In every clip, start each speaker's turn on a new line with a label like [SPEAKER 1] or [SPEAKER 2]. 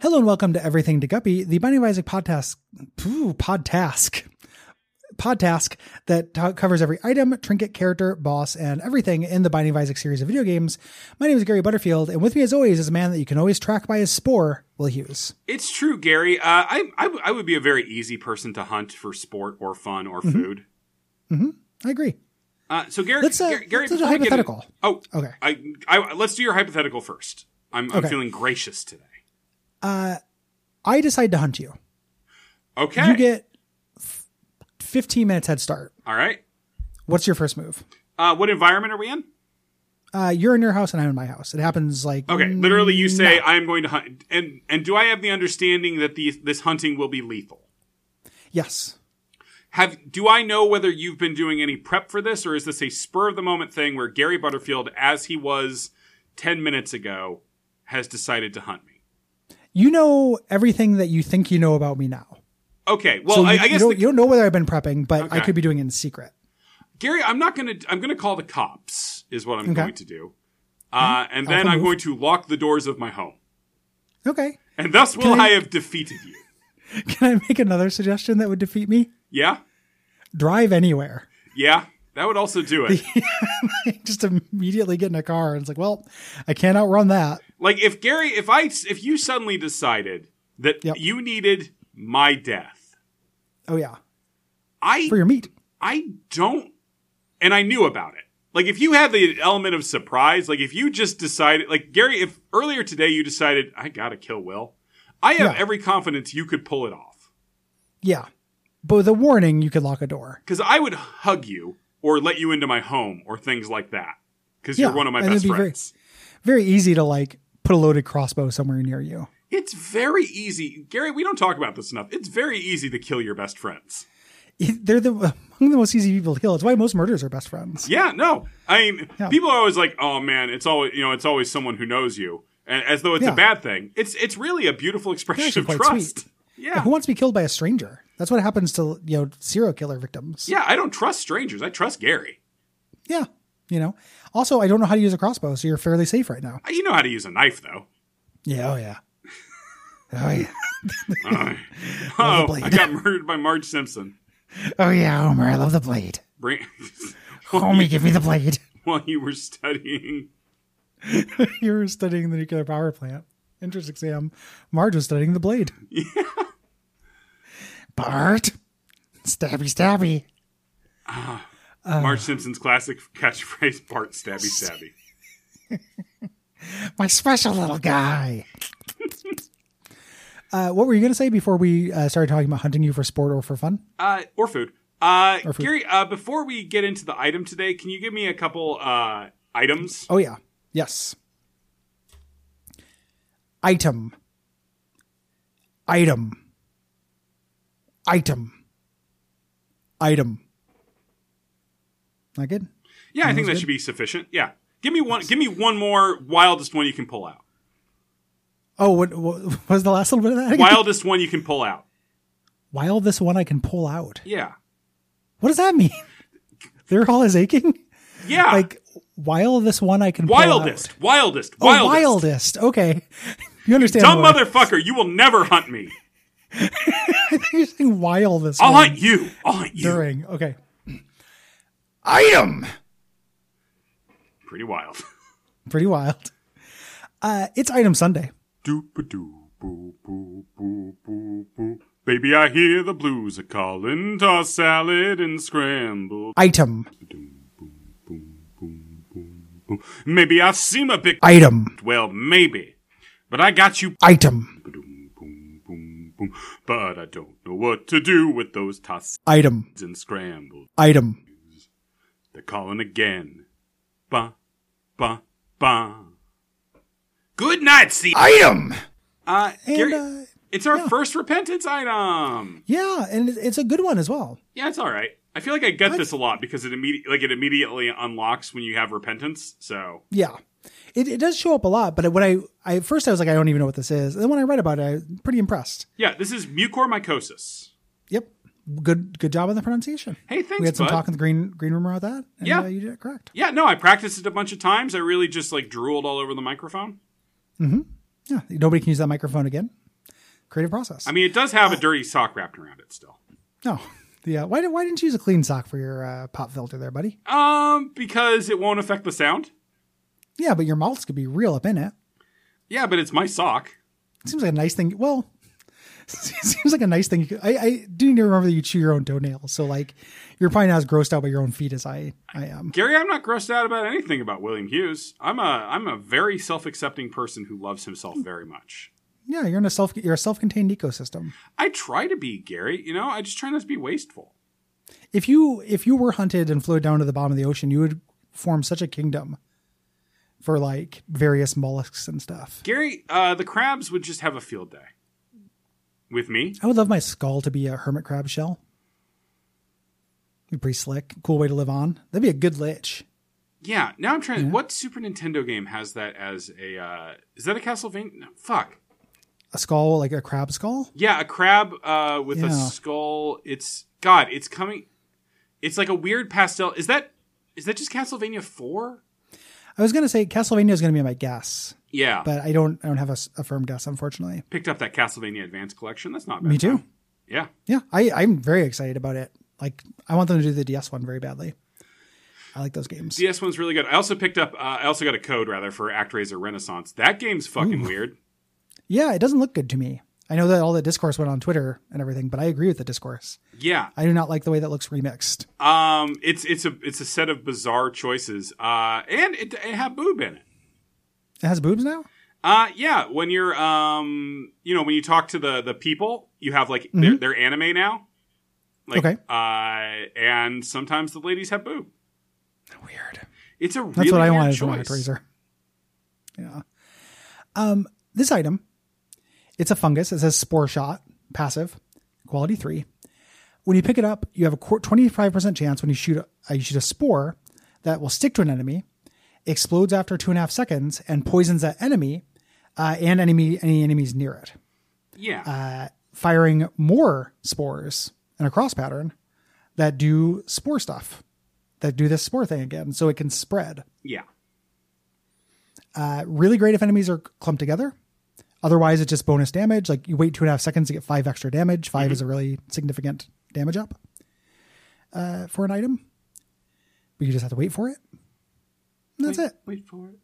[SPEAKER 1] Hello and welcome to Everything to Guppy, the Bunny Isaac podcast, ooh, podtask, podtask that ta- covers every item, trinket, character, boss, and everything in the Binding of Isaac series of video games. My name is Gary Butterfield, and with me, as always, is a man that you can always track by his spore, Will Hughes.
[SPEAKER 2] It's true, Gary. Uh, I, I w- I would be a very easy person to hunt for sport or fun
[SPEAKER 1] Mm-hmm.
[SPEAKER 2] or food.
[SPEAKER 1] I agree.
[SPEAKER 2] Uh, so, Gary,
[SPEAKER 1] Let's, uh,
[SPEAKER 2] Gary, Gary,
[SPEAKER 1] let's do the
[SPEAKER 2] before we get in-
[SPEAKER 1] hypothetical.
[SPEAKER 2] oh,
[SPEAKER 1] Okay.
[SPEAKER 2] I, I, let's do your hypothetical first. I'm, I'm
[SPEAKER 1] Okay.
[SPEAKER 2] feeling gracious today.
[SPEAKER 1] I decide to hunt you.
[SPEAKER 2] Okay.
[SPEAKER 1] You get f- 15 minutes head start.
[SPEAKER 2] All right.
[SPEAKER 1] What's your first move?
[SPEAKER 2] Uh, what environment are we in?
[SPEAKER 1] Uh, you're in your house and I'm in my house. It happens like
[SPEAKER 2] Okay. Literally, you say
[SPEAKER 1] Mm-hmm.
[SPEAKER 2] I am going to hunt, and and do I have the understanding that the this hunting will be lethal?
[SPEAKER 1] yes.
[SPEAKER 2] Have do I know whether you've been doing any prep for this, or is this a spur of the moment thing where Gary Butterfield, as he was ten minutes ago, has decided to hunt me?
[SPEAKER 1] You know everything that you think you know about me now.
[SPEAKER 2] Okay, well,
[SPEAKER 1] So
[SPEAKER 2] I,
[SPEAKER 1] you,
[SPEAKER 2] I
[SPEAKER 1] you
[SPEAKER 2] guess
[SPEAKER 1] don't,
[SPEAKER 2] the,
[SPEAKER 1] you don't know whether I've been prepping, but I
[SPEAKER 2] Okay.
[SPEAKER 1] could be doing it in secret.
[SPEAKER 2] Gary, I'm not gonna. I'm gonna call the cops. Is what I'm
[SPEAKER 1] Okay. Mm-hmm.
[SPEAKER 2] going to do, uh, and then
[SPEAKER 1] Alpha
[SPEAKER 2] I'm
[SPEAKER 1] move.
[SPEAKER 2] going to lock the doors of my home,
[SPEAKER 1] Okay.
[SPEAKER 2] and thus will
[SPEAKER 1] Can I-
[SPEAKER 2] I have defeated you.
[SPEAKER 1] Can I make another suggestion that would defeat me?
[SPEAKER 2] Yeah,
[SPEAKER 1] Drive anywhere.
[SPEAKER 2] yeah, that would also do it.
[SPEAKER 1] Just immediately get in a car. And it's like, well, I can't outrun that.
[SPEAKER 2] like if Gary, if I, if you suddenly decided that
[SPEAKER 1] Yep.
[SPEAKER 2] you needed my death,
[SPEAKER 1] Oh, yeah.
[SPEAKER 2] I
[SPEAKER 1] For your meat.
[SPEAKER 2] I don't, and I knew about it. Like, if you had the element of surprise, like if you just decided, like Gary, if earlier today you decided I gotta kill Will, I have
[SPEAKER 1] Yeah.
[SPEAKER 2] every confidence you could pull it off
[SPEAKER 1] Yeah. But with a warning, you could lock a door.
[SPEAKER 2] because I would hug you or let you into my home or things like that because
[SPEAKER 1] Yeah,
[SPEAKER 2] you're one of my
[SPEAKER 1] and it'd
[SPEAKER 2] best
[SPEAKER 1] be very-
[SPEAKER 2] friends.
[SPEAKER 1] Very easy to like put a loaded crossbow somewhere near you.
[SPEAKER 2] It's very easy, Gary. We don't talk about this enough. It's very easy to kill your best friends.
[SPEAKER 1] E, They're the, among the most easy people to kill. It's why most murders are best friends.
[SPEAKER 2] Yeah, no. I mean,
[SPEAKER 1] Yeah.
[SPEAKER 2] people are always like, "Oh man, it's always you know, it's always someone who knows you," and as though it's
[SPEAKER 1] Yeah.
[SPEAKER 2] a bad thing. It's it's really a beautiful expression
[SPEAKER 1] actually
[SPEAKER 2] of
[SPEAKER 1] quite
[SPEAKER 2] trust.
[SPEAKER 1] sweet.
[SPEAKER 2] Yeah,
[SPEAKER 1] Who wants to be killed by a stranger? That's what happens to, you know, serial killer victims.
[SPEAKER 2] yeah. I don't trust strangers. I trust Gary.
[SPEAKER 1] Yeah. You know, also, I don't know how to use a crossbow, so you're fairly safe right now.
[SPEAKER 2] Uh, You know how to use a knife, though.
[SPEAKER 1] Yeah. Oh, yeah. Oh, yeah.
[SPEAKER 2] Oh,
[SPEAKER 1] blade.
[SPEAKER 2] I got murdered by Marge Simpson.
[SPEAKER 1] Oh yeah, Homer, I love the blade.
[SPEAKER 2] Bring-
[SPEAKER 1] Homer, give me the blade.
[SPEAKER 2] while you were studying,
[SPEAKER 1] you were studying the nuclear power plant. Entrance exam. Marge was studying the blade. Yeah. Bart. Stabby stabby. Uh.
[SPEAKER 2] Marge Simpson's classic catchphrase: "Bart, stabby, stabby."
[SPEAKER 1] My special little guy. uh, what were you gonna say before we uh, started talking about hunting you for sport or for fun?
[SPEAKER 2] uh, or food. Uh,
[SPEAKER 1] food.
[SPEAKER 2] Gary, uh, before we get into the item today, can you give me a couple uh, items?
[SPEAKER 1] Oh yeah. Yes. Item. Item. Item. Item. Not good?
[SPEAKER 2] Yeah, I think that should be sufficient. Yeah, give me one. Give me one more wildest one you can pull out.
[SPEAKER 1] Oh, what, what what was the last little bit of that? again?
[SPEAKER 2] Wildest one you can pull out.
[SPEAKER 1] Wild this one I can pull out.
[SPEAKER 2] Yeah,
[SPEAKER 1] What does that mean? Their hall is aching?
[SPEAKER 2] yeah.
[SPEAKER 1] Like, wild this one I can
[SPEAKER 2] Ah. wildest, wildest,
[SPEAKER 1] pull out.
[SPEAKER 2] wildest.
[SPEAKER 1] Oh, wildest. Okay. You understand.
[SPEAKER 2] Dumb
[SPEAKER 1] why-
[SPEAKER 2] motherfucker, you will never hunt me.
[SPEAKER 1] You're saying wild this
[SPEAKER 2] I'll
[SPEAKER 1] one.
[SPEAKER 2] hunt you. I'll hunt you.
[SPEAKER 1] During. Okay. Item.
[SPEAKER 2] Pretty wild.
[SPEAKER 1] pretty wild. Uh, it's Item Sunday.
[SPEAKER 2] Doop-a-doo, boo, boo, boo, boo, boo. Baby, I hear the blues are calling. Toss salad and scramble.
[SPEAKER 1] Item.
[SPEAKER 2] Maybe I seem a bit.
[SPEAKER 1] Item.
[SPEAKER 2] Well, maybe. But I got you
[SPEAKER 1] Item.
[SPEAKER 2] Boom, boom, boom, boom. But I don't know what to do with those tosses
[SPEAKER 1] Item.
[SPEAKER 2] and scrambles.
[SPEAKER 1] Item.
[SPEAKER 2] They're calling again. Ba, ba, ba. Good night, C.
[SPEAKER 1] Item.
[SPEAKER 2] Uh, Gary,
[SPEAKER 1] uh,
[SPEAKER 2] it's our first repentance item.
[SPEAKER 1] Yeah, and it- it's a good one as well.
[SPEAKER 2] Yeah, it's all right. I feel like I get this a lot because it immediately like it immediately unlocks when you have repentance. So
[SPEAKER 1] Yeah. It, it does show up a lot, but when I, I at first I was like, I don't even know what this is. And then when I read about it, I was pretty impressed.
[SPEAKER 2] yeah, this is mucormycosis.
[SPEAKER 1] Yep. Good good job on the pronunciation.
[SPEAKER 2] Hey, thanks,
[SPEAKER 1] we had some
[SPEAKER 2] bud.
[SPEAKER 1] talk in the green green room about that. And,
[SPEAKER 2] Yeah.
[SPEAKER 1] uh, you did it correct.
[SPEAKER 2] Yeah, no, I practiced it a bunch of times. I really just like drooled all over the microphone.
[SPEAKER 1] Yeah. Nobody can use that microphone again. creative process.
[SPEAKER 2] I mean, it does have a dirty sock wrapped around it still.
[SPEAKER 1] oh, yeah. Why, did, why didn't you use a clean sock for your uh, pop filter there, buddy?
[SPEAKER 2] Um, because it won't affect the sound.
[SPEAKER 1] Yeah, but your mouths could be real up in it.
[SPEAKER 2] Yeah, but it's my sock.
[SPEAKER 1] It seems like a nice thing. Well, it seems like a nice thing. You could, I, I do need to remember that you chew your own toenails. So, like, you're probably not as grossed out by your own feet as I, I am.
[SPEAKER 2] Gary, I'm not grossed out about anything about William Hughes. I'm a I'm a very self-accepting person who loves himself very much.
[SPEAKER 1] Yeah, you're in a self you're a self contained ecosystem.
[SPEAKER 2] I try to be Gary, you know, I just try not to be wasteful.
[SPEAKER 1] If you if you were hunted and flowed down to the bottom of the ocean, you would form such a kingdom for like various mollusks and stuff.
[SPEAKER 2] Gary, uh, the crabs would just have a field day. With me?
[SPEAKER 1] I would love my skull to be a hermit crab shell. Be pretty slick, cool way to live on. That'd be a good lich.
[SPEAKER 2] Yeah. Now I'm trying. What Super Nintendo game has that as a? Uh, is that a Castlevania? No, fuck.
[SPEAKER 1] A skull like a crab skull.
[SPEAKER 2] Yeah, a crab uh, with
[SPEAKER 1] Yeah.
[SPEAKER 2] a skull. It's God. It's coming. It's like a weird pastel. Is that? Is that just Castlevania Four?
[SPEAKER 1] I was gonna say Castlevania is gonna be my guess,
[SPEAKER 2] Yeah.
[SPEAKER 1] but I don't I don't have a, s- a firm guess unfortunately.
[SPEAKER 2] Picked up that Castlevania Advance collection. That's not bad.
[SPEAKER 1] Me too.
[SPEAKER 2] time. Yeah.
[SPEAKER 1] Yeah, I I'm very excited about it. Like I want them to do the DS one very badly. I like those games.
[SPEAKER 2] DS one's really good. I also picked up. Uh, I also got a code rather for ActRaiser Renaissance. That game's fucking weird.
[SPEAKER 1] Yeah, it doesn't look good to me. I know that all the discourse went on Twitter and everything, but I agree with the discourse.
[SPEAKER 2] Yeah.
[SPEAKER 1] I do not like the way that looks remixed.
[SPEAKER 2] Um. It's it's a it's a set of bizarre choices. Uh. And it it had boob in it.
[SPEAKER 1] It has boobs now?
[SPEAKER 2] Uh, yeah. When you're, um, you know, when you talk to the the people, you have like they're, they're anime now. Like,
[SPEAKER 1] Mm-hmm. Okay.
[SPEAKER 2] Uh, and sometimes the ladies have boob.
[SPEAKER 1] Weird.
[SPEAKER 2] It's a really
[SPEAKER 1] That's what I
[SPEAKER 2] weird
[SPEAKER 1] wanted from
[SPEAKER 2] choice.
[SPEAKER 1] Actraiser. Yeah. Um, this item, it's a fungus. It says spore shot, passive, quality three. When you pick it up, you have a twenty five percent chance when you shoot a, uh, you shoot a spore that will stick to an enemy, explodes after two and a half seconds, and poisons that enemy uh, and enemy any enemies near it.
[SPEAKER 2] Yeah.
[SPEAKER 1] Uh, firing more spores in a cross pattern that do spore stuff, that do this spore thing again, so it can spread.
[SPEAKER 2] yeah.
[SPEAKER 1] Uh, really great if enemies are clumped together. Otherwise, it's just bonus damage. Like you wait two and a half seconds to get five extra damage. 5
[SPEAKER 2] Mm-hmm.
[SPEAKER 1] is a really significant damage up uh, for an item, but you just have to wait for it. And that's
[SPEAKER 2] wait,
[SPEAKER 1] it.
[SPEAKER 2] Wait for it.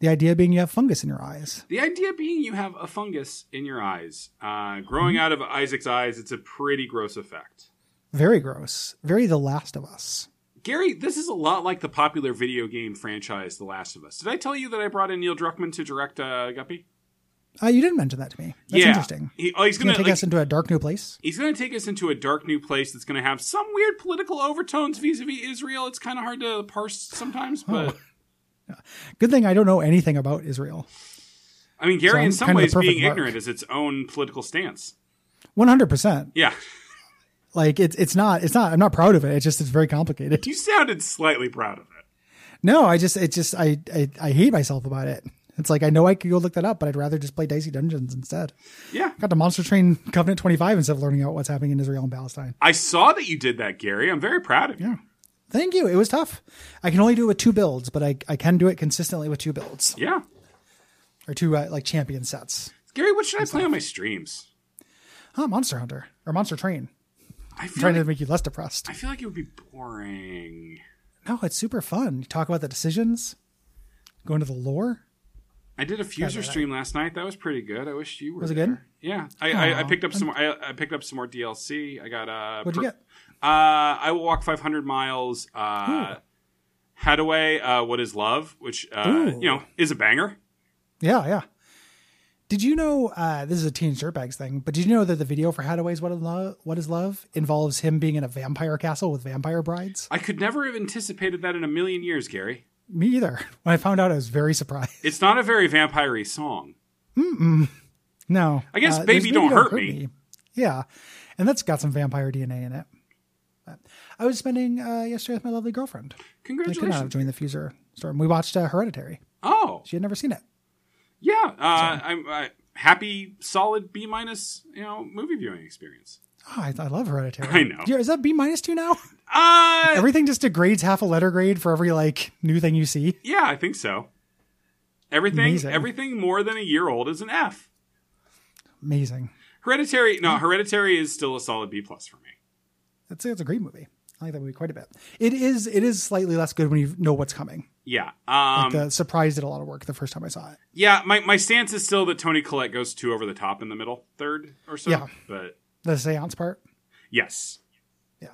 [SPEAKER 1] The idea being you have fungus in your eyes.
[SPEAKER 2] The idea being you have a fungus in your eyes, uh, growing
[SPEAKER 1] Mm-hmm.
[SPEAKER 2] out of Isaac's eyes. It's a pretty gross effect.
[SPEAKER 1] Very gross. Very The Last of Us.
[SPEAKER 2] Gary, this is a lot like the popular video game franchise The Last of Us. Did I tell you that I brought in Neil Druckmann to direct uh, Guppy?
[SPEAKER 1] Uh, you didn't mention that to me. That's
[SPEAKER 2] yeah.
[SPEAKER 1] interesting.
[SPEAKER 2] He, oh, he's
[SPEAKER 1] It's going
[SPEAKER 2] gonna,
[SPEAKER 1] to take
[SPEAKER 2] like,
[SPEAKER 1] us into a dark new place.
[SPEAKER 2] he's going to take us into a dark new place that's going to have some weird political overtones vis-a-vis israel it's kind of hard to parse sometimes but
[SPEAKER 1] Good thing I don't know anything about Israel.
[SPEAKER 2] i mean gary
[SPEAKER 1] So I'm
[SPEAKER 2] in some
[SPEAKER 1] kind of the
[SPEAKER 2] ways
[SPEAKER 1] perfect
[SPEAKER 2] being
[SPEAKER 1] mark.
[SPEAKER 2] ignorant is its own political stance
[SPEAKER 1] 100%.
[SPEAKER 2] yeah
[SPEAKER 1] Like it's it's not it's not I'm not proud of it. It's just it's very complicated.
[SPEAKER 2] you sounded slightly proud of it
[SPEAKER 1] No, I just it just I, I I hate myself about it. It's like I know I could go look that up, but I'd rather just play Dicey Dungeons instead.
[SPEAKER 2] yeah
[SPEAKER 1] Got to Monster Train Covenant 25 instead of learning out what's happening in Israel and Palestine.
[SPEAKER 2] i saw that you did that gary i'm very proud of you
[SPEAKER 1] Thank you. It was tough. I can only do it with two builds, but I I can do it consistently with two builds
[SPEAKER 2] yeah
[SPEAKER 1] or two uh, like champion sets.
[SPEAKER 2] gary what should i play on my streams
[SPEAKER 1] Huh, Monster Hunter or Monster Train.
[SPEAKER 2] i
[SPEAKER 1] I'm
[SPEAKER 2] feel,
[SPEAKER 1] trying to
[SPEAKER 2] like,
[SPEAKER 1] make you less depressed.
[SPEAKER 2] I feel like it would be boring
[SPEAKER 1] No, it's super fun. You talk about the decisions, go into the lore.
[SPEAKER 2] i did a fuser stream last night that was pretty good i wish you were
[SPEAKER 1] Was it
[SPEAKER 2] there.
[SPEAKER 1] good?
[SPEAKER 2] yeah I, I, I picked up some more I, I picked up some more dlc i got uh
[SPEAKER 1] What'd you
[SPEAKER 2] per-
[SPEAKER 1] get?
[SPEAKER 2] Uh, I will walk 500 miles. Uh, Hadaway, uh, What is Love, which, uh,
[SPEAKER 1] Ooh.
[SPEAKER 2] you know, is a banger.
[SPEAKER 1] Yeah, yeah. Did you know uh, this is a teen dirtbags thing? But did you know that the video for Hadaway's "What Is Love" What Is Love involves him being in a vampire castle with vampire brides?
[SPEAKER 2] I could never have anticipated that in a million years, Gary.
[SPEAKER 1] Me either. When I found out, I was very surprised.
[SPEAKER 2] It's not a very vampire song.
[SPEAKER 1] No, uh,
[SPEAKER 2] I guess
[SPEAKER 1] there's
[SPEAKER 2] Baby Don't Hurt Me.
[SPEAKER 1] Yeah, and that's got some vampire DNA in it. But I was spending uh, yesterday with my lovely girlfriend. I could not have
[SPEAKER 2] Congratulations.
[SPEAKER 1] joined the Fuser storm. We watched uh, Hereditary.
[SPEAKER 2] Oh,
[SPEAKER 1] She had never seen it.
[SPEAKER 2] yeah. Uh, I'm uh, happy, solid B minus, you know, movie viewing experience.
[SPEAKER 1] Oh, I, I love Hereditary.
[SPEAKER 2] I know.
[SPEAKER 1] Yeah, Is that B minus two now?
[SPEAKER 2] Uh,
[SPEAKER 1] Everything just degrades half a letter grade for every like new thing you see.
[SPEAKER 2] yeah, I think so. Everything,
[SPEAKER 1] Amazing.
[SPEAKER 2] everything more than a year old is an F.
[SPEAKER 1] amazing.
[SPEAKER 2] Hereditary, no, Hereditary is still a solid B plus for me.
[SPEAKER 1] That's it's a great movie. I like that movie quite a bit. It is it is slightly less good when you know what's coming.
[SPEAKER 2] Yeah.
[SPEAKER 1] Like
[SPEAKER 2] Um,
[SPEAKER 1] the surprise did a lot of work the first time I saw it.
[SPEAKER 2] yeah, my, my stance is still that Tony Collette goes two over the top in the middle third or so.
[SPEAKER 1] Yeah.
[SPEAKER 2] But
[SPEAKER 1] The séance part.
[SPEAKER 2] yes.
[SPEAKER 1] Yeah.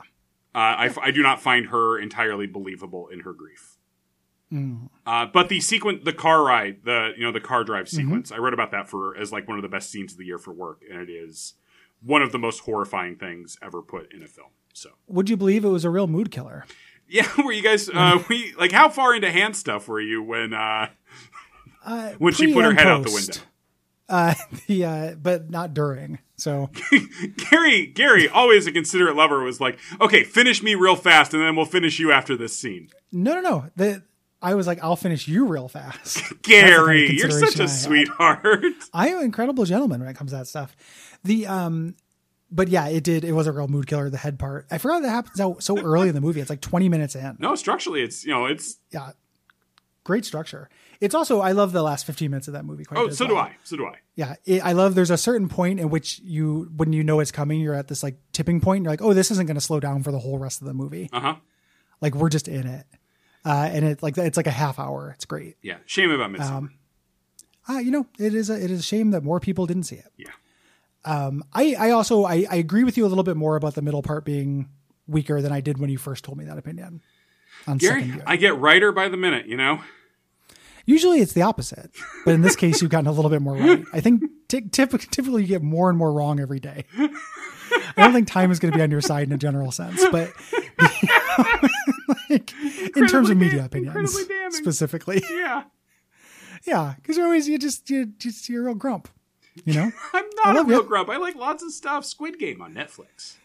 [SPEAKER 2] Uh, I, f- I do not find her entirely believable in her grief.
[SPEAKER 1] Mm.
[SPEAKER 2] Uh, but the sequence, the car ride, the you know the car drive
[SPEAKER 1] Mm-hmm.
[SPEAKER 2] sequence, I wrote about that for as like one of the best scenes of the year for work, and it is one of the most horrifying things ever put in a film. So
[SPEAKER 1] Would you believe it was a real mood killer?
[SPEAKER 2] yeah, were you guys uh, we like how far into hand stuff were you when uh,
[SPEAKER 1] Uh,
[SPEAKER 2] when she
[SPEAKER 1] pre
[SPEAKER 2] put her
[SPEAKER 1] and
[SPEAKER 2] head out the
[SPEAKER 1] post.
[SPEAKER 2] window?
[SPEAKER 1] Uh, the uh, but not during. So
[SPEAKER 2] Gary, Gary, always a considerate lover, was like, okay, finish me real fast, and then we'll finish you after this scene.
[SPEAKER 1] no, no, no. The, I was like, I'll finish you real fast.
[SPEAKER 2] Gary,
[SPEAKER 1] That's the
[SPEAKER 2] you're
[SPEAKER 1] kind of
[SPEAKER 2] such
[SPEAKER 1] consideration I
[SPEAKER 2] a
[SPEAKER 1] had.
[SPEAKER 2] sweetheart.
[SPEAKER 1] I am an incredible gentleman when it comes to that stuff. The um, but yeah, it did. It was a real mood killer. The head part. I forgot that happens out so early in the movie. It's like twenty minutes in.
[SPEAKER 2] no, structurally, it's you know, it's
[SPEAKER 1] Yeah, great structure. It's also I love the last fifteen minutes of that movie. Quite
[SPEAKER 2] oh,
[SPEAKER 1] a bit
[SPEAKER 2] so
[SPEAKER 1] as
[SPEAKER 2] do
[SPEAKER 1] well.
[SPEAKER 2] I, so do I.
[SPEAKER 1] Yeah, it, I love. There's a certain point in which you, when you know it's coming, you're at this like tipping point. You're like, oh, this isn't going to slow down for the whole rest of the movie.
[SPEAKER 2] Uh huh.
[SPEAKER 1] Like we're just in it, uh, and it's like it's like a half hour. It's great.
[SPEAKER 2] Yeah. Shame about Midsummer.
[SPEAKER 1] Um, Ah, you know, it is a, it is a shame that more people didn't see it. Um,
[SPEAKER 2] yeah.
[SPEAKER 1] I, I also I, I agree with you a little bit more about the middle part being weaker than I did when you first told me that opinion. On second
[SPEAKER 2] Gary,
[SPEAKER 1] view.
[SPEAKER 2] I get writer by the minute. You know.
[SPEAKER 1] Usually it's the opposite, but in this case you've gotten a little bit more right. I think ty- typ- typically you get more and more wrong every day. I don't think time is going to be on your side in a general sense, but like, in terms
[SPEAKER 2] Incredibly
[SPEAKER 1] of media
[SPEAKER 2] dam-
[SPEAKER 1] opinions
[SPEAKER 2] incredibly damning.
[SPEAKER 1] specifically,
[SPEAKER 2] Yeah.
[SPEAKER 1] yeah, because you're always you just you just you're a real grump, you know.
[SPEAKER 2] I'm not a
[SPEAKER 1] love
[SPEAKER 2] real
[SPEAKER 1] it.
[SPEAKER 2] grub. I like lots of stuff. Squid Game on Netflix.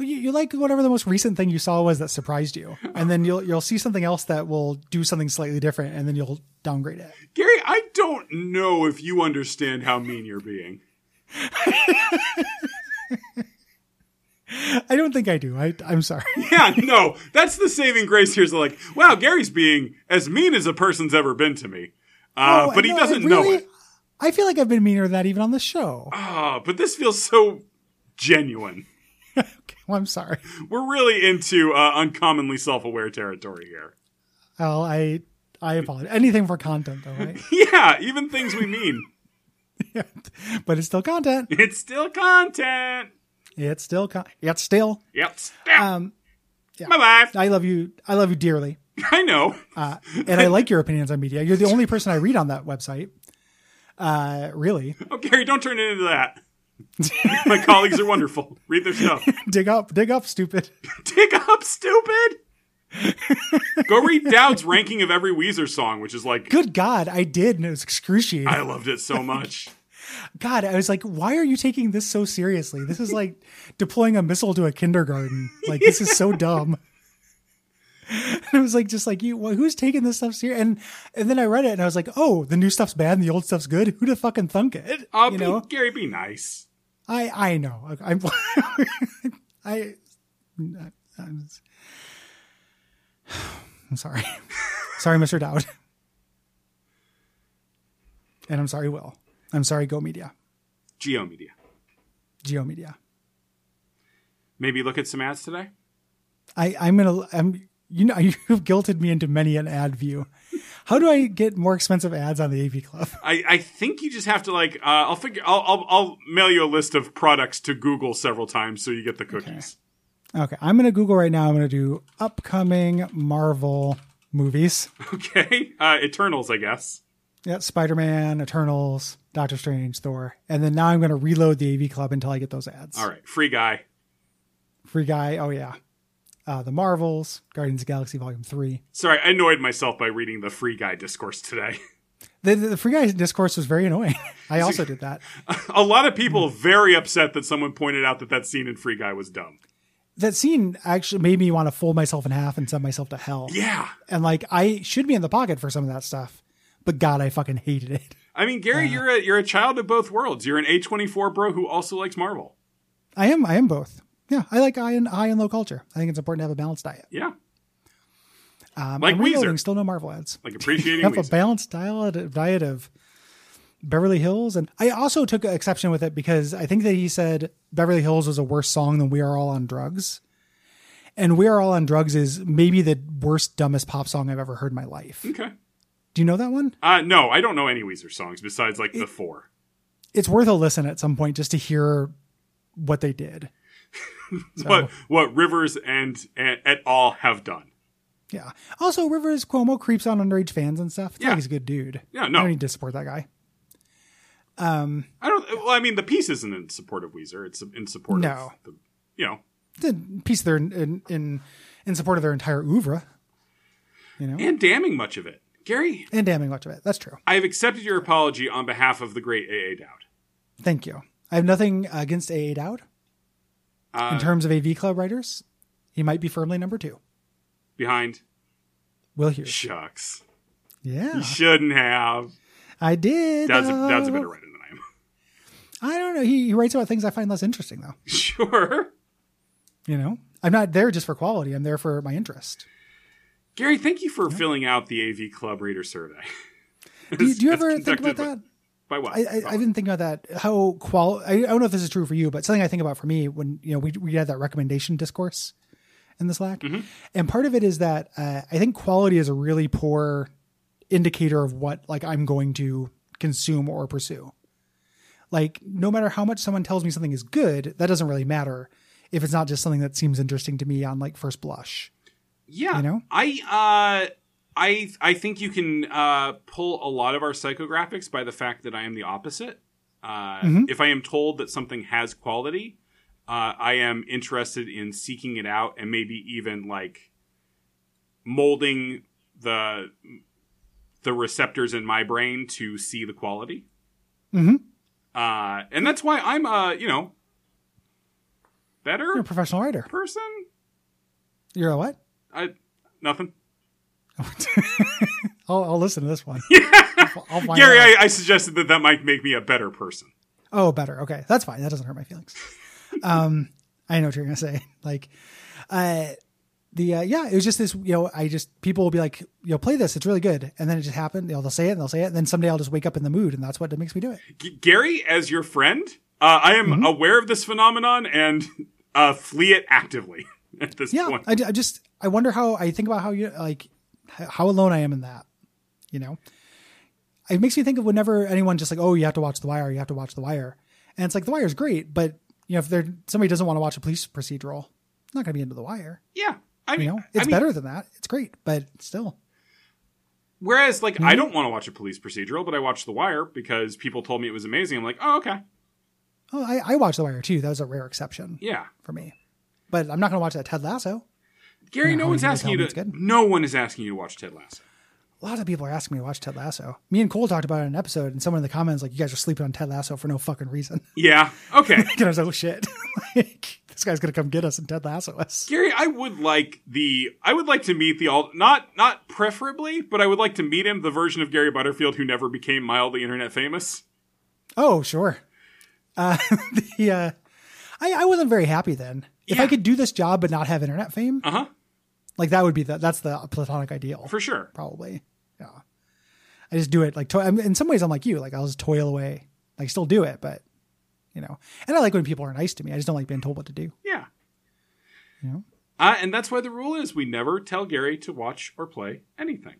[SPEAKER 1] you, you like whatever the most recent thing you saw was that surprised you, and then you'll you'll see something else that will do something slightly different, and then you'll downgrade it.
[SPEAKER 2] Gary, I don't know if you understand how mean you're being.
[SPEAKER 1] I don't think I do. I I'm sorry.
[SPEAKER 2] Yeah, no, that's the saving grace here. Is like, wow, Gary's being as mean as a person's ever been to me, uh,
[SPEAKER 1] Oh,
[SPEAKER 2] but he
[SPEAKER 1] no,
[SPEAKER 2] doesn't know
[SPEAKER 1] really-
[SPEAKER 2] it.
[SPEAKER 1] I feel like I've been meaner than that even on the show.
[SPEAKER 2] Oh, but this feels so genuine.
[SPEAKER 1] Okay, well, Oh, I'm sorry.
[SPEAKER 2] We're really into uh, uncommonly self-aware territory here.
[SPEAKER 1] Well, I I apologize. Anything for content though, right?
[SPEAKER 2] Yeah, even things we mean,
[SPEAKER 1] but it's still content.
[SPEAKER 2] it's still content.
[SPEAKER 1] It's still con- it's still.
[SPEAKER 2] Yep.
[SPEAKER 1] Um,
[SPEAKER 2] My life.
[SPEAKER 1] I love you. I love you dearly,
[SPEAKER 2] I know.
[SPEAKER 1] uh, and I like your opinions on media. You're the only person I read on that website. Uh, really.
[SPEAKER 2] Oh, Gary, don't turn it into that. My colleagues are wonderful. Read their stuff.
[SPEAKER 1] dig up, dig up, stupid.
[SPEAKER 2] Dig up, stupid. Go read Dowd's ranking of every Weezer song, which is like
[SPEAKER 1] Good God, I did, and it was excruciating.
[SPEAKER 2] I loved it so much.
[SPEAKER 1] God, I was like, why are you taking this so seriously? This is like deploying a missile to a kindergarten. Like this is so dumb. it was like just like you, well, who's taking this stuff serious? And and then I read it and I was like, oh, the new stuff's bad and the old stuff's good. Who the fucking thunk it?
[SPEAKER 2] Oh,
[SPEAKER 1] you
[SPEAKER 2] be-
[SPEAKER 1] know,
[SPEAKER 2] Gary, be nice.
[SPEAKER 1] I I know. I'm I I'm, I'm sorry, sorry, Mr. Dowd, and I'm sorry, Will. I'm sorry, Go Media,
[SPEAKER 2] Geo Media.
[SPEAKER 1] Geo Media.
[SPEAKER 2] Maybe look at some ads today.
[SPEAKER 1] I I'm gonna I'm you know you've guilted me into many an ad view. How do I get more expensive ads on the AV Club?
[SPEAKER 2] I, I think you just have to like. Uh, I'll figure. I'll, I'll I'll mail you a list of products to Google several times so you get the cookies.
[SPEAKER 1] Okay, I'm gonna Google right now. I'm gonna do upcoming Marvel movies.
[SPEAKER 2] Okay. Uh, Eternals, I guess.
[SPEAKER 1] Yeah, Spider Man, Eternals, Doctor Strange, Thor, and then now I'm gonna reload the AV Club until I get those ads.
[SPEAKER 2] All right. Free guy.
[SPEAKER 1] Free guy. Oh yeah, uh, the Marvels, Guardians of the Galaxy Volume Three.
[SPEAKER 2] Sorry, I annoyed myself by reading the free guy discourse today.
[SPEAKER 1] The, the, the free guy discourse was very annoying. I also did that.
[SPEAKER 2] a lot of
[SPEAKER 1] Hmm.
[SPEAKER 2] people very upset that someone pointed out that that scene in Free Guy was dumb.
[SPEAKER 1] That scene actually made me want to fold myself in half and send myself to hell.
[SPEAKER 2] Yeah.
[SPEAKER 1] and like I should be in the pocket for some of that stuff, but God, I fucking hated it.
[SPEAKER 2] I mean, Gary, you're a you're a child of both worlds. You're an A24 bro who also likes Marvel.
[SPEAKER 1] I am, I am both. Yeah, I like high and high and low culture. I think it's important to have a balanced diet.
[SPEAKER 2] Yeah.
[SPEAKER 1] Um,
[SPEAKER 2] Like
[SPEAKER 1] I'm reloading,
[SPEAKER 2] Weezer.
[SPEAKER 1] still no Marvel ads.
[SPEAKER 2] Like appreciating
[SPEAKER 1] Have a
[SPEAKER 2] Weezer.
[SPEAKER 1] balanced diet diet of Beverly Hills. And I also took exception with it because I think that he said Beverly Hills was a worse song than We Are All on Drugs. And We Are All on Drugs is maybe the worst, dumbest pop song I've ever heard in my life.
[SPEAKER 2] Okay.
[SPEAKER 1] Do you know that one?
[SPEAKER 2] Uh, no, I don't know any Weezer songs besides like the four.
[SPEAKER 1] It's worth a listen at some point just to hear what they did.
[SPEAKER 2] What what Rivers and, and et al have done.
[SPEAKER 1] Yeah. Also, Rivers Cuomo creeps on underage fans and stuff. It's
[SPEAKER 2] Yeah.
[SPEAKER 1] like he's a good dude.
[SPEAKER 2] Yeah,
[SPEAKER 1] I
[SPEAKER 2] no.
[SPEAKER 1] don't need to support that guy.
[SPEAKER 2] I don't. Well, I mean, the piece isn't in support of Weezer. It's in support
[SPEAKER 1] No.
[SPEAKER 2] of the, you know.
[SPEAKER 1] It's a piece of their in in in support of their entire oeuvre
[SPEAKER 2] and damning much of it. Gary,
[SPEAKER 1] and damning much of it. That's true.
[SPEAKER 2] I have accepted your apology on behalf of the great AA Dowd.
[SPEAKER 1] Thank you. I have nothing against AA Dowd.
[SPEAKER 2] Uh,
[SPEAKER 1] in terms of AV Club writers, he might be firmly number two.
[SPEAKER 2] Behind
[SPEAKER 1] We'll hear.
[SPEAKER 2] shucks,
[SPEAKER 1] Yeah,
[SPEAKER 2] shouldn't have.
[SPEAKER 1] I did.
[SPEAKER 2] Dowd's a, Dowd's a
[SPEAKER 1] though.
[SPEAKER 2] better writer than I am.
[SPEAKER 1] I don't know. He, he writes about things I find less interesting, though.
[SPEAKER 2] sure,
[SPEAKER 1] You know, I'm not there just for quality. I'm there for my interest.
[SPEAKER 2] Gary, thank you for filling out the AV Club reader survey.
[SPEAKER 1] Do you, do you
[SPEAKER 2] It's
[SPEAKER 1] ever think about
[SPEAKER 2] conducted
[SPEAKER 1] that?
[SPEAKER 2] By what?
[SPEAKER 1] I, I, I've been thinking about that. How qual? I, I don't know if this is true for you, but something I think about for me when you know we we had that recommendation discourse in the Slack, and part of it is that uh, I think quality is a really poor indicator of what like I'm going to consume or pursue. Like no matter how much someone tells me something is good, that doesn't really matter if it's not just something that seems interesting to me on like first blush.
[SPEAKER 2] yeah,
[SPEAKER 1] you know?
[SPEAKER 2] I uh, I I think you can uh, pull a lot of our psychographics by the fact that I am the opposite. Uh,
[SPEAKER 1] Mm-hmm.
[SPEAKER 2] If I am told that something has quality, uh, I am interested in seeking it out and maybe even like molding the the receptors in my brain to see the quality.
[SPEAKER 1] Mhm.
[SPEAKER 2] Uh, and that's why I'm a you know
[SPEAKER 1] You're a
[SPEAKER 2] better
[SPEAKER 1] professional writer.
[SPEAKER 2] person.
[SPEAKER 1] You're a what?
[SPEAKER 2] I nothing.
[SPEAKER 1] I'll, I'll listen to this one. I'll, I'll find
[SPEAKER 2] Gary,
[SPEAKER 1] out.
[SPEAKER 2] I, I suggested that that might make me a better person.
[SPEAKER 1] Oh, better. Okay, that's fine. That doesn't hurt my feelings. Um, I know what you're gonna say. Like, uh, the uh, yeah, it was just this. You know, I just people will be like, you know, play this. It's really good, and then it just happened. You know, they'll say it and they'll say it, and then someday I'll just wake up in the mood, and that's what makes me do it.
[SPEAKER 2] G- Gary, as your friend, uh, I am
[SPEAKER 1] Mm-hmm.
[SPEAKER 2] aware of this phenomenon and uh, flee it actively at this
[SPEAKER 1] Yeah,
[SPEAKER 2] point.
[SPEAKER 1] I, I just I wonder how I think about how you like h- how alone I am in that. You know, it makes me think of whenever anyone just like, oh, you have to watch The Wire. You have to watch The Wire, and it's like The Wire's great, but you know, if there somebody doesn't want to watch a police procedural, I'm not gonna be into The Wire.
[SPEAKER 2] yeah, I mean,
[SPEAKER 1] you know
[SPEAKER 2] I
[SPEAKER 1] it's
[SPEAKER 2] mean,
[SPEAKER 1] better than that it's great but still
[SPEAKER 2] Whereas, like,
[SPEAKER 1] Mm-hmm.
[SPEAKER 2] I don't want to watch a police procedural, but I watched The Wire because people told me it was amazing. I'm like, oh, okay,
[SPEAKER 1] oh i, I watched the wire too that was a rare exception
[SPEAKER 2] yeah.
[SPEAKER 1] for me but i'm not going to watch that ted lasso
[SPEAKER 2] Gary, no
[SPEAKER 1] how
[SPEAKER 2] one's
[SPEAKER 1] you can
[SPEAKER 2] asking
[SPEAKER 1] tell
[SPEAKER 2] you
[SPEAKER 1] me
[SPEAKER 2] to.
[SPEAKER 1] it's good.
[SPEAKER 2] No one is asking you to watch Ted Lasso.
[SPEAKER 1] lots of people are asking me to watch ted lasso me and cole talked about it in an episode and someone in the comments like you guys are sleeping on ted lasso for no fucking reason
[SPEAKER 2] Yeah. Okay.
[SPEAKER 1] and i was like oh shit like this guy's going to come get us and ted lasso us
[SPEAKER 2] Gary, I would like the I would like to meet the all not not preferably, but I would like to meet him, the version of Gary Butterfield who never became mildly internet famous.
[SPEAKER 1] oh sure uh the uh i i wasn't very happy then if i
[SPEAKER 2] Yeah.
[SPEAKER 1] could do this job but not have internet fame
[SPEAKER 2] Uh huh.
[SPEAKER 1] like that would be the that's the platonic ideal
[SPEAKER 2] For sure.
[SPEAKER 1] probably. Yeah. I just do it like to- I'm, in some ways I'm like you, like I'll just toil away. Like still do it, but you know. And I like when people are nice to me. I just don't like being told what to do.
[SPEAKER 2] Yeah.
[SPEAKER 1] Yeah.
[SPEAKER 2] Uh, and that's why the rule is we never tell Gary to watch or play anything.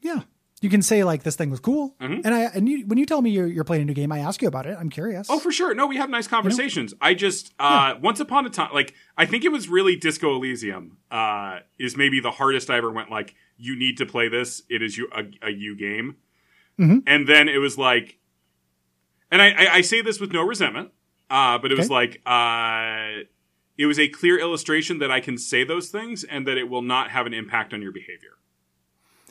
[SPEAKER 1] Yeah. You can say like this thing was cool,
[SPEAKER 2] Mhm.
[SPEAKER 1] and I and you, when you tell me you're, you're playing a new game, I ask you about it. I'm curious.
[SPEAKER 2] Oh, for sure. No, we have nice conversations. I just uh, once upon a time, like I think it was really Disco Elysium uh, is maybe the hardest I ever went. Like you need to play this. It is you a, a you game.
[SPEAKER 1] Mhm.
[SPEAKER 2] And then it was like, and I, I, I say this with no resentment, uh, but it was
[SPEAKER 1] Okay.
[SPEAKER 2] like uh, it was a clear illustration that I can say those things and that it will not have an impact on your behavior.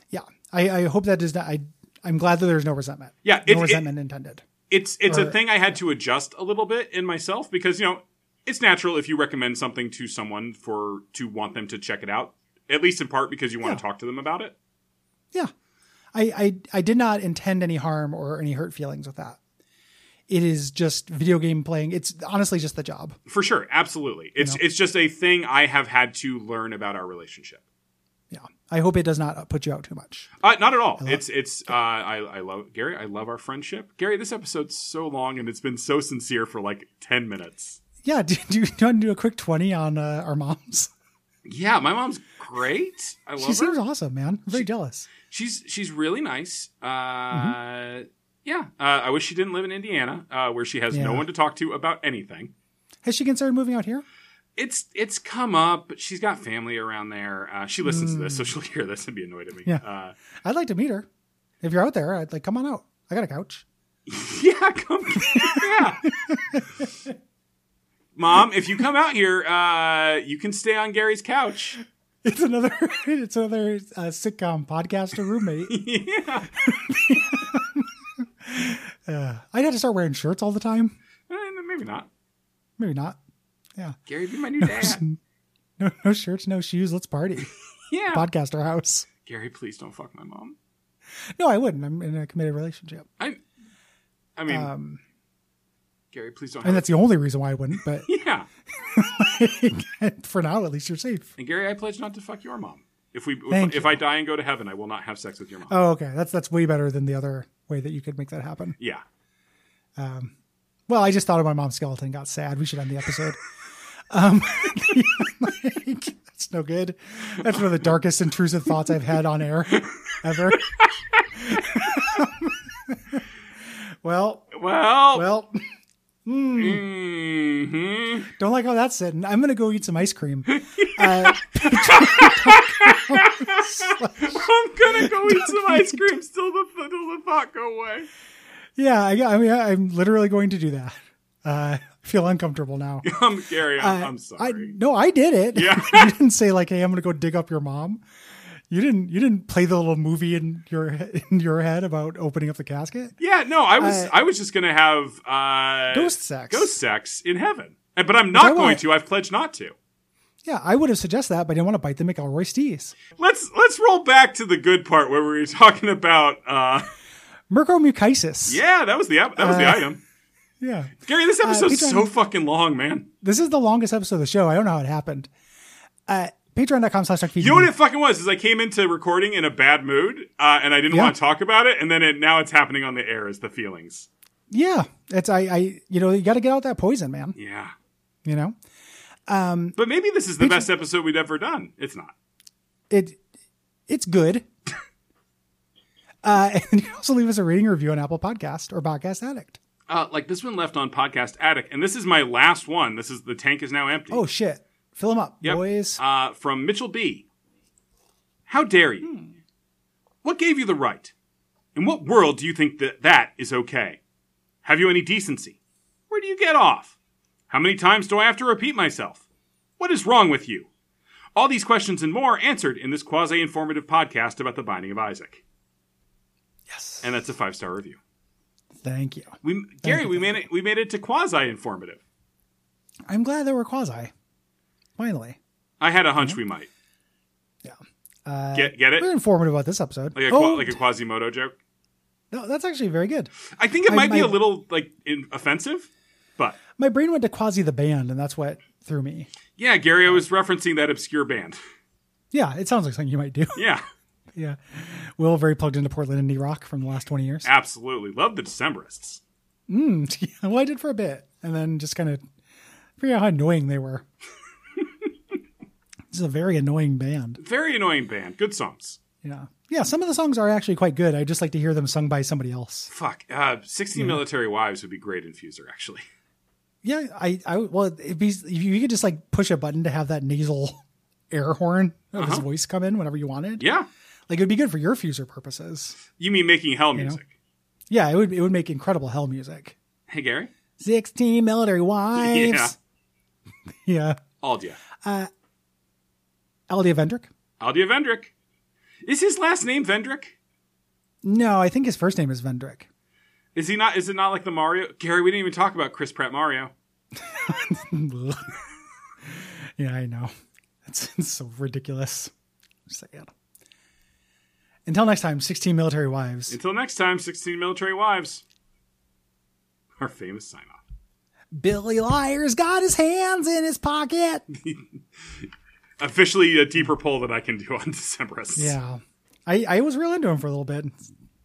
[SPEAKER 1] yeah. I, I hope that does not. I I'm glad that there's no resentment.
[SPEAKER 2] Yeah,
[SPEAKER 1] no
[SPEAKER 2] it- it-
[SPEAKER 1] resentment intended.
[SPEAKER 2] it's it's
[SPEAKER 1] Or-
[SPEAKER 2] a thing I had to adjust a little bit in myself because you know it's natural if you recommend something to someone for to want them to check it out at least in part because you want
[SPEAKER 1] Yeah.
[SPEAKER 2] to talk to them about it.
[SPEAKER 1] Yeah. I, I I did not intend any harm or any hurt feelings with that. It is just video game playing. It's honestly just the job.
[SPEAKER 2] For sure, absolutely. It's it's just a thing I have had to learn about our relationship.
[SPEAKER 1] yeah. I hope it does not put you out too much.
[SPEAKER 2] Uh, not at all. it's it's. Uh, I I love Gary. I love our friendship, Gary. This episode's so long and it's been so sincere for like ten minutes.
[SPEAKER 1] Yeah, do, do, you- do you want to do a quick twenty on uh, our moms?
[SPEAKER 2] Yeah, my mom's great. I love
[SPEAKER 1] She
[SPEAKER 2] her.
[SPEAKER 1] seems awesome, man. I'm very jealous.
[SPEAKER 2] she's she's really nice. Uh,
[SPEAKER 1] Mm-hmm.
[SPEAKER 2] Yeah, uh, I wish she didn't live in Indiana, uh, where she has no
[SPEAKER 1] Yeah.
[SPEAKER 2] one to talk to about anything.
[SPEAKER 1] Has she considered moving out here?
[SPEAKER 2] It's it's come up, but she's got family around there. Uh, she listens to this, so she'll hear this and be annoyed at me.
[SPEAKER 1] Mm. Yeah.
[SPEAKER 2] uh,
[SPEAKER 1] I'd like to meet her. If you're out there, I'd like come on out. I got a couch.
[SPEAKER 2] yeah, come, yeah. Mom, if you come out here, uh, you can stay on Gary's couch.
[SPEAKER 1] It's another it's another uh, sitcom podcaster roommate.
[SPEAKER 2] yeah,
[SPEAKER 1] Uh, I'd have to start wearing shirts all the time.
[SPEAKER 2] Eh, maybe not.
[SPEAKER 1] Maybe not.
[SPEAKER 2] Gary, be my new dad.
[SPEAKER 1] No, no shirts, no shoes. Let's party.
[SPEAKER 2] Yeah,
[SPEAKER 1] Podcaster house.
[SPEAKER 2] Gary, please don't fuck my mom.
[SPEAKER 1] No, I wouldn't. I'm in a committed relationship.
[SPEAKER 2] I, I mean,
[SPEAKER 1] Um,
[SPEAKER 2] Gary, please don't.
[SPEAKER 1] and
[SPEAKER 2] have
[SPEAKER 1] that's the only reason why I wouldn't. But
[SPEAKER 2] Yeah.
[SPEAKER 1] for now, at least you're safe.
[SPEAKER 2] And Gary, I pledge not to fuck your mom. If we if,
[SPEAKER 1] Thank
[SPEAKER 2] if
[SPEAKER 1] you.
[SPEAKER 2] I die and go to heaven, I will not have sex with your mom.
[SPEAKER 1] Oh, okay. That's that's way better than the other way that you could make that happen.
[SPEAKER 2] yeah.
[SPEAKER 1] Well, I just thought of my mom's skeleton. Got sad. We should end the episode. um, like, that's no good. That's one of the darkest, intrusive thoughts I've had on air ever. well,
[SPEAKER 2] Well.
[SPEAKER 1] well, mm.
[SPEAKER 2] hmm
[SPEAKER 1] don't like how that's sitting. I'm gonna go eat some ice cream. Uh,
[SPEAKER 2] I'm gonna go eat some ice cream. Still the till the thought go away.
[SPEAKER 1] yeah, I, I mean, I, I'm literally going to do that. Uh, I feel uncomfortable now.
[SPEAKER 2] Um, Gary, I'm,
[SPEAKER 1] Uh,
[SPEAKER 2] I'm
[SPEAKER 1] I,
[SPEAKER 2] sorry.
[SPEAKER 1] no, I did it.
[SPEAKER 2] Yeah.
[SPEAKER 1] you didn't say like, "Hey, I'm gonna go dig up your mom." You didn't. You didn't play the little movie in your in your head about opening up the casket.
[SPEAKER 2] yeah. No, I was
[SPEAKER 1] I-
[SPEAKER 2] I was just gonna have uh,
[SPEAKER 1] Ghost sex.
[SPEAKER 2] ghost sex in heaven, And- but I'm not
[SPEAKER 1] I
[SPEAKER 2] going
[SPEAKER 1] want-
[SPEAKER 2] to. I've pledged not to.
[SPEAKER 1] Yeah, I would have suggested that, but I didn't want to bite the McElroy stees.
[SPEAKER 2] Let's let's roll back to the good part where we were talking about. Uh,
[SPEAKER 1] Myrcomucitis.
[SPEAKER 2] yeah, that was the ep- that was the
[SPEAKER 1] Uh,
[SPEAKER 2] item.
[SPEAKER 1] Yeah.
[SPEAKER 2] Gary, this episode's
[SPEAKER 1] Patreon-
[SPEAKER 2] so fucking long, man.
[SPEAKER 1] This is the longest episode of the show. I don't know how it happened. Uh, Patreon.com slash
[SPEAKER 2] You know what it fucking was? Is I came into recording in a bad mood, uh, and I didn't
[SPEAKER 1] Yeah.
[SPEAKER 2] want to talk about it, and then it, now it's happening on the air is the feelings.
[SPEAKER 1] Yeah. It's I, I you know, you gotta get out that poison, man.
[SPEAKER 2] Yeah,
[SPEAKER 1] You know?
[SPEAKER 2] but maybe this is the best episode we've ever done. It's not.
[SPEAKER 1] it it's good. uh, and you can also leave us a rating or review on Apple Podcast or Podcast Addict.
[SPEAKER 2] Uh, like this one left on podcast addict, and this is my last one. This is the tank is now empty.
[SPEAKER 1] Oh shit! Fill them up,
[SPEAKER 2] Yep.
[SPEAKER 1] boys.
[SPEAKER 2] Uh, from Mitchell B. How dare you?
[SPEAKER 1] Hmm.
[SPEAKER 2] What gave you the right? In what world do you think that that is okay? Have you any decency? Where do you get off? How many times do I have to repeat myself? What is wrong with you? All these questions and more answered in this quasi informative podcast about the binding of Isaac.
[SPEAKER 1] yes.
[SPEAKER 2] And that's a five star review.
[SPEAKER 1] Thank you.
[SPEAKER 2] We, Gary, we made, it, we made it to quasi informative.
[SPEAKER 1] I'm glad that we're quasi. Finally,
[SPEAKER 2] I had a hunch we might.
[SPEAKER 1] Mm-hmm. yeah. Uh,
[SPEAKER 2] Get, get it?
[SPEAKER 1] Very informative about this episode.
[SPEAKER 2] Like a,
[SPEAKER 1] oh,
[SPEAKER 2] qua like a Quasimodo joke?
[SPEAKER 1] no, that's actually very good.
[SPEAKER 2] I think it
[SPEAKER 1] I-
[SPEAKER 2] might be
[SPEAKER 1] I-
[SPEAKER 2] a little like in, offensive, but
[SPEAKER 1] My brain went to Quasi the band, and that's what threw me.
[SPEAKER 2] yeah, Gary, I was referencing that obscure band.
[SPEAKER 1] Yeah, it sounds like something you might do.
[SPEAKER 2] Yeah,
[SPEAKER 1] yeah, Will very plugged into Portland indie rock from the last twenty years.
[SPEAKER 2] absolutely. Love the Decemberists.
[SPEAKER 1] Mm, yeah, well, I did for a bit, and then just kind of figure out how annoying they were. this is a very annoying band.
[SPEAKER 2] Very annoying band. Good songs.
[SPEAKER 1] Yeah, yeah. Some of the songs are actually quite good. I just like to hear them sung by somebody else.
[SPEAKER 2] Fuck. Uh, 16 Military Wives would be great infuser, actually.
[SPEAKER 1] Yeah, I, I well, it'd be if you could just like push a button to have that nasal air horn of his voice come in whenever you wanted.
[SPEAKER 2] Yeah.
[SPEAKER 1] Like it would be good for your fuser purposes.
[SPEAKER 2] You mean making hell
[SPEAKER 1] know.
[SPEAKER 2] music?
[SPEAKER 1] Yeah, it would it would make incredible hell music.
[SPEAKER 2] Hey, Gary?
[SPEAKER 1] Sixteen military wives. Yeah. yeah.
[SPEAKER 2] Aldia.
[SPEAKER 1] Aldia Vendrick.
[SPEAKER 2] Aldia Vendrick. Is his last name Vendrick?
[SPEAKER 1] No, I think his first name is Vendrick.
[SPEAKER 2] Is he not? Is it not like the Mario? Gary, we didn't even talk about Chris Pratt Mario.
[SPEAKER 1] Ugh. yeah, I know. It's, it's so ridiculous. Sad. Until next time, 16 military wives.
[SPEAKER 2] Until next time, 16 Military Wives. Our famous sign off.
[SPEAKER 1] Billy Liar's got his hands in his pocket.
[SPEAKER 2] officially a deeper pull that I can do on Decembrus.
[SPEAKER 1] Yeah. I, I was real into him for a little bit.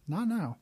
[SPEAKER 1] Not now.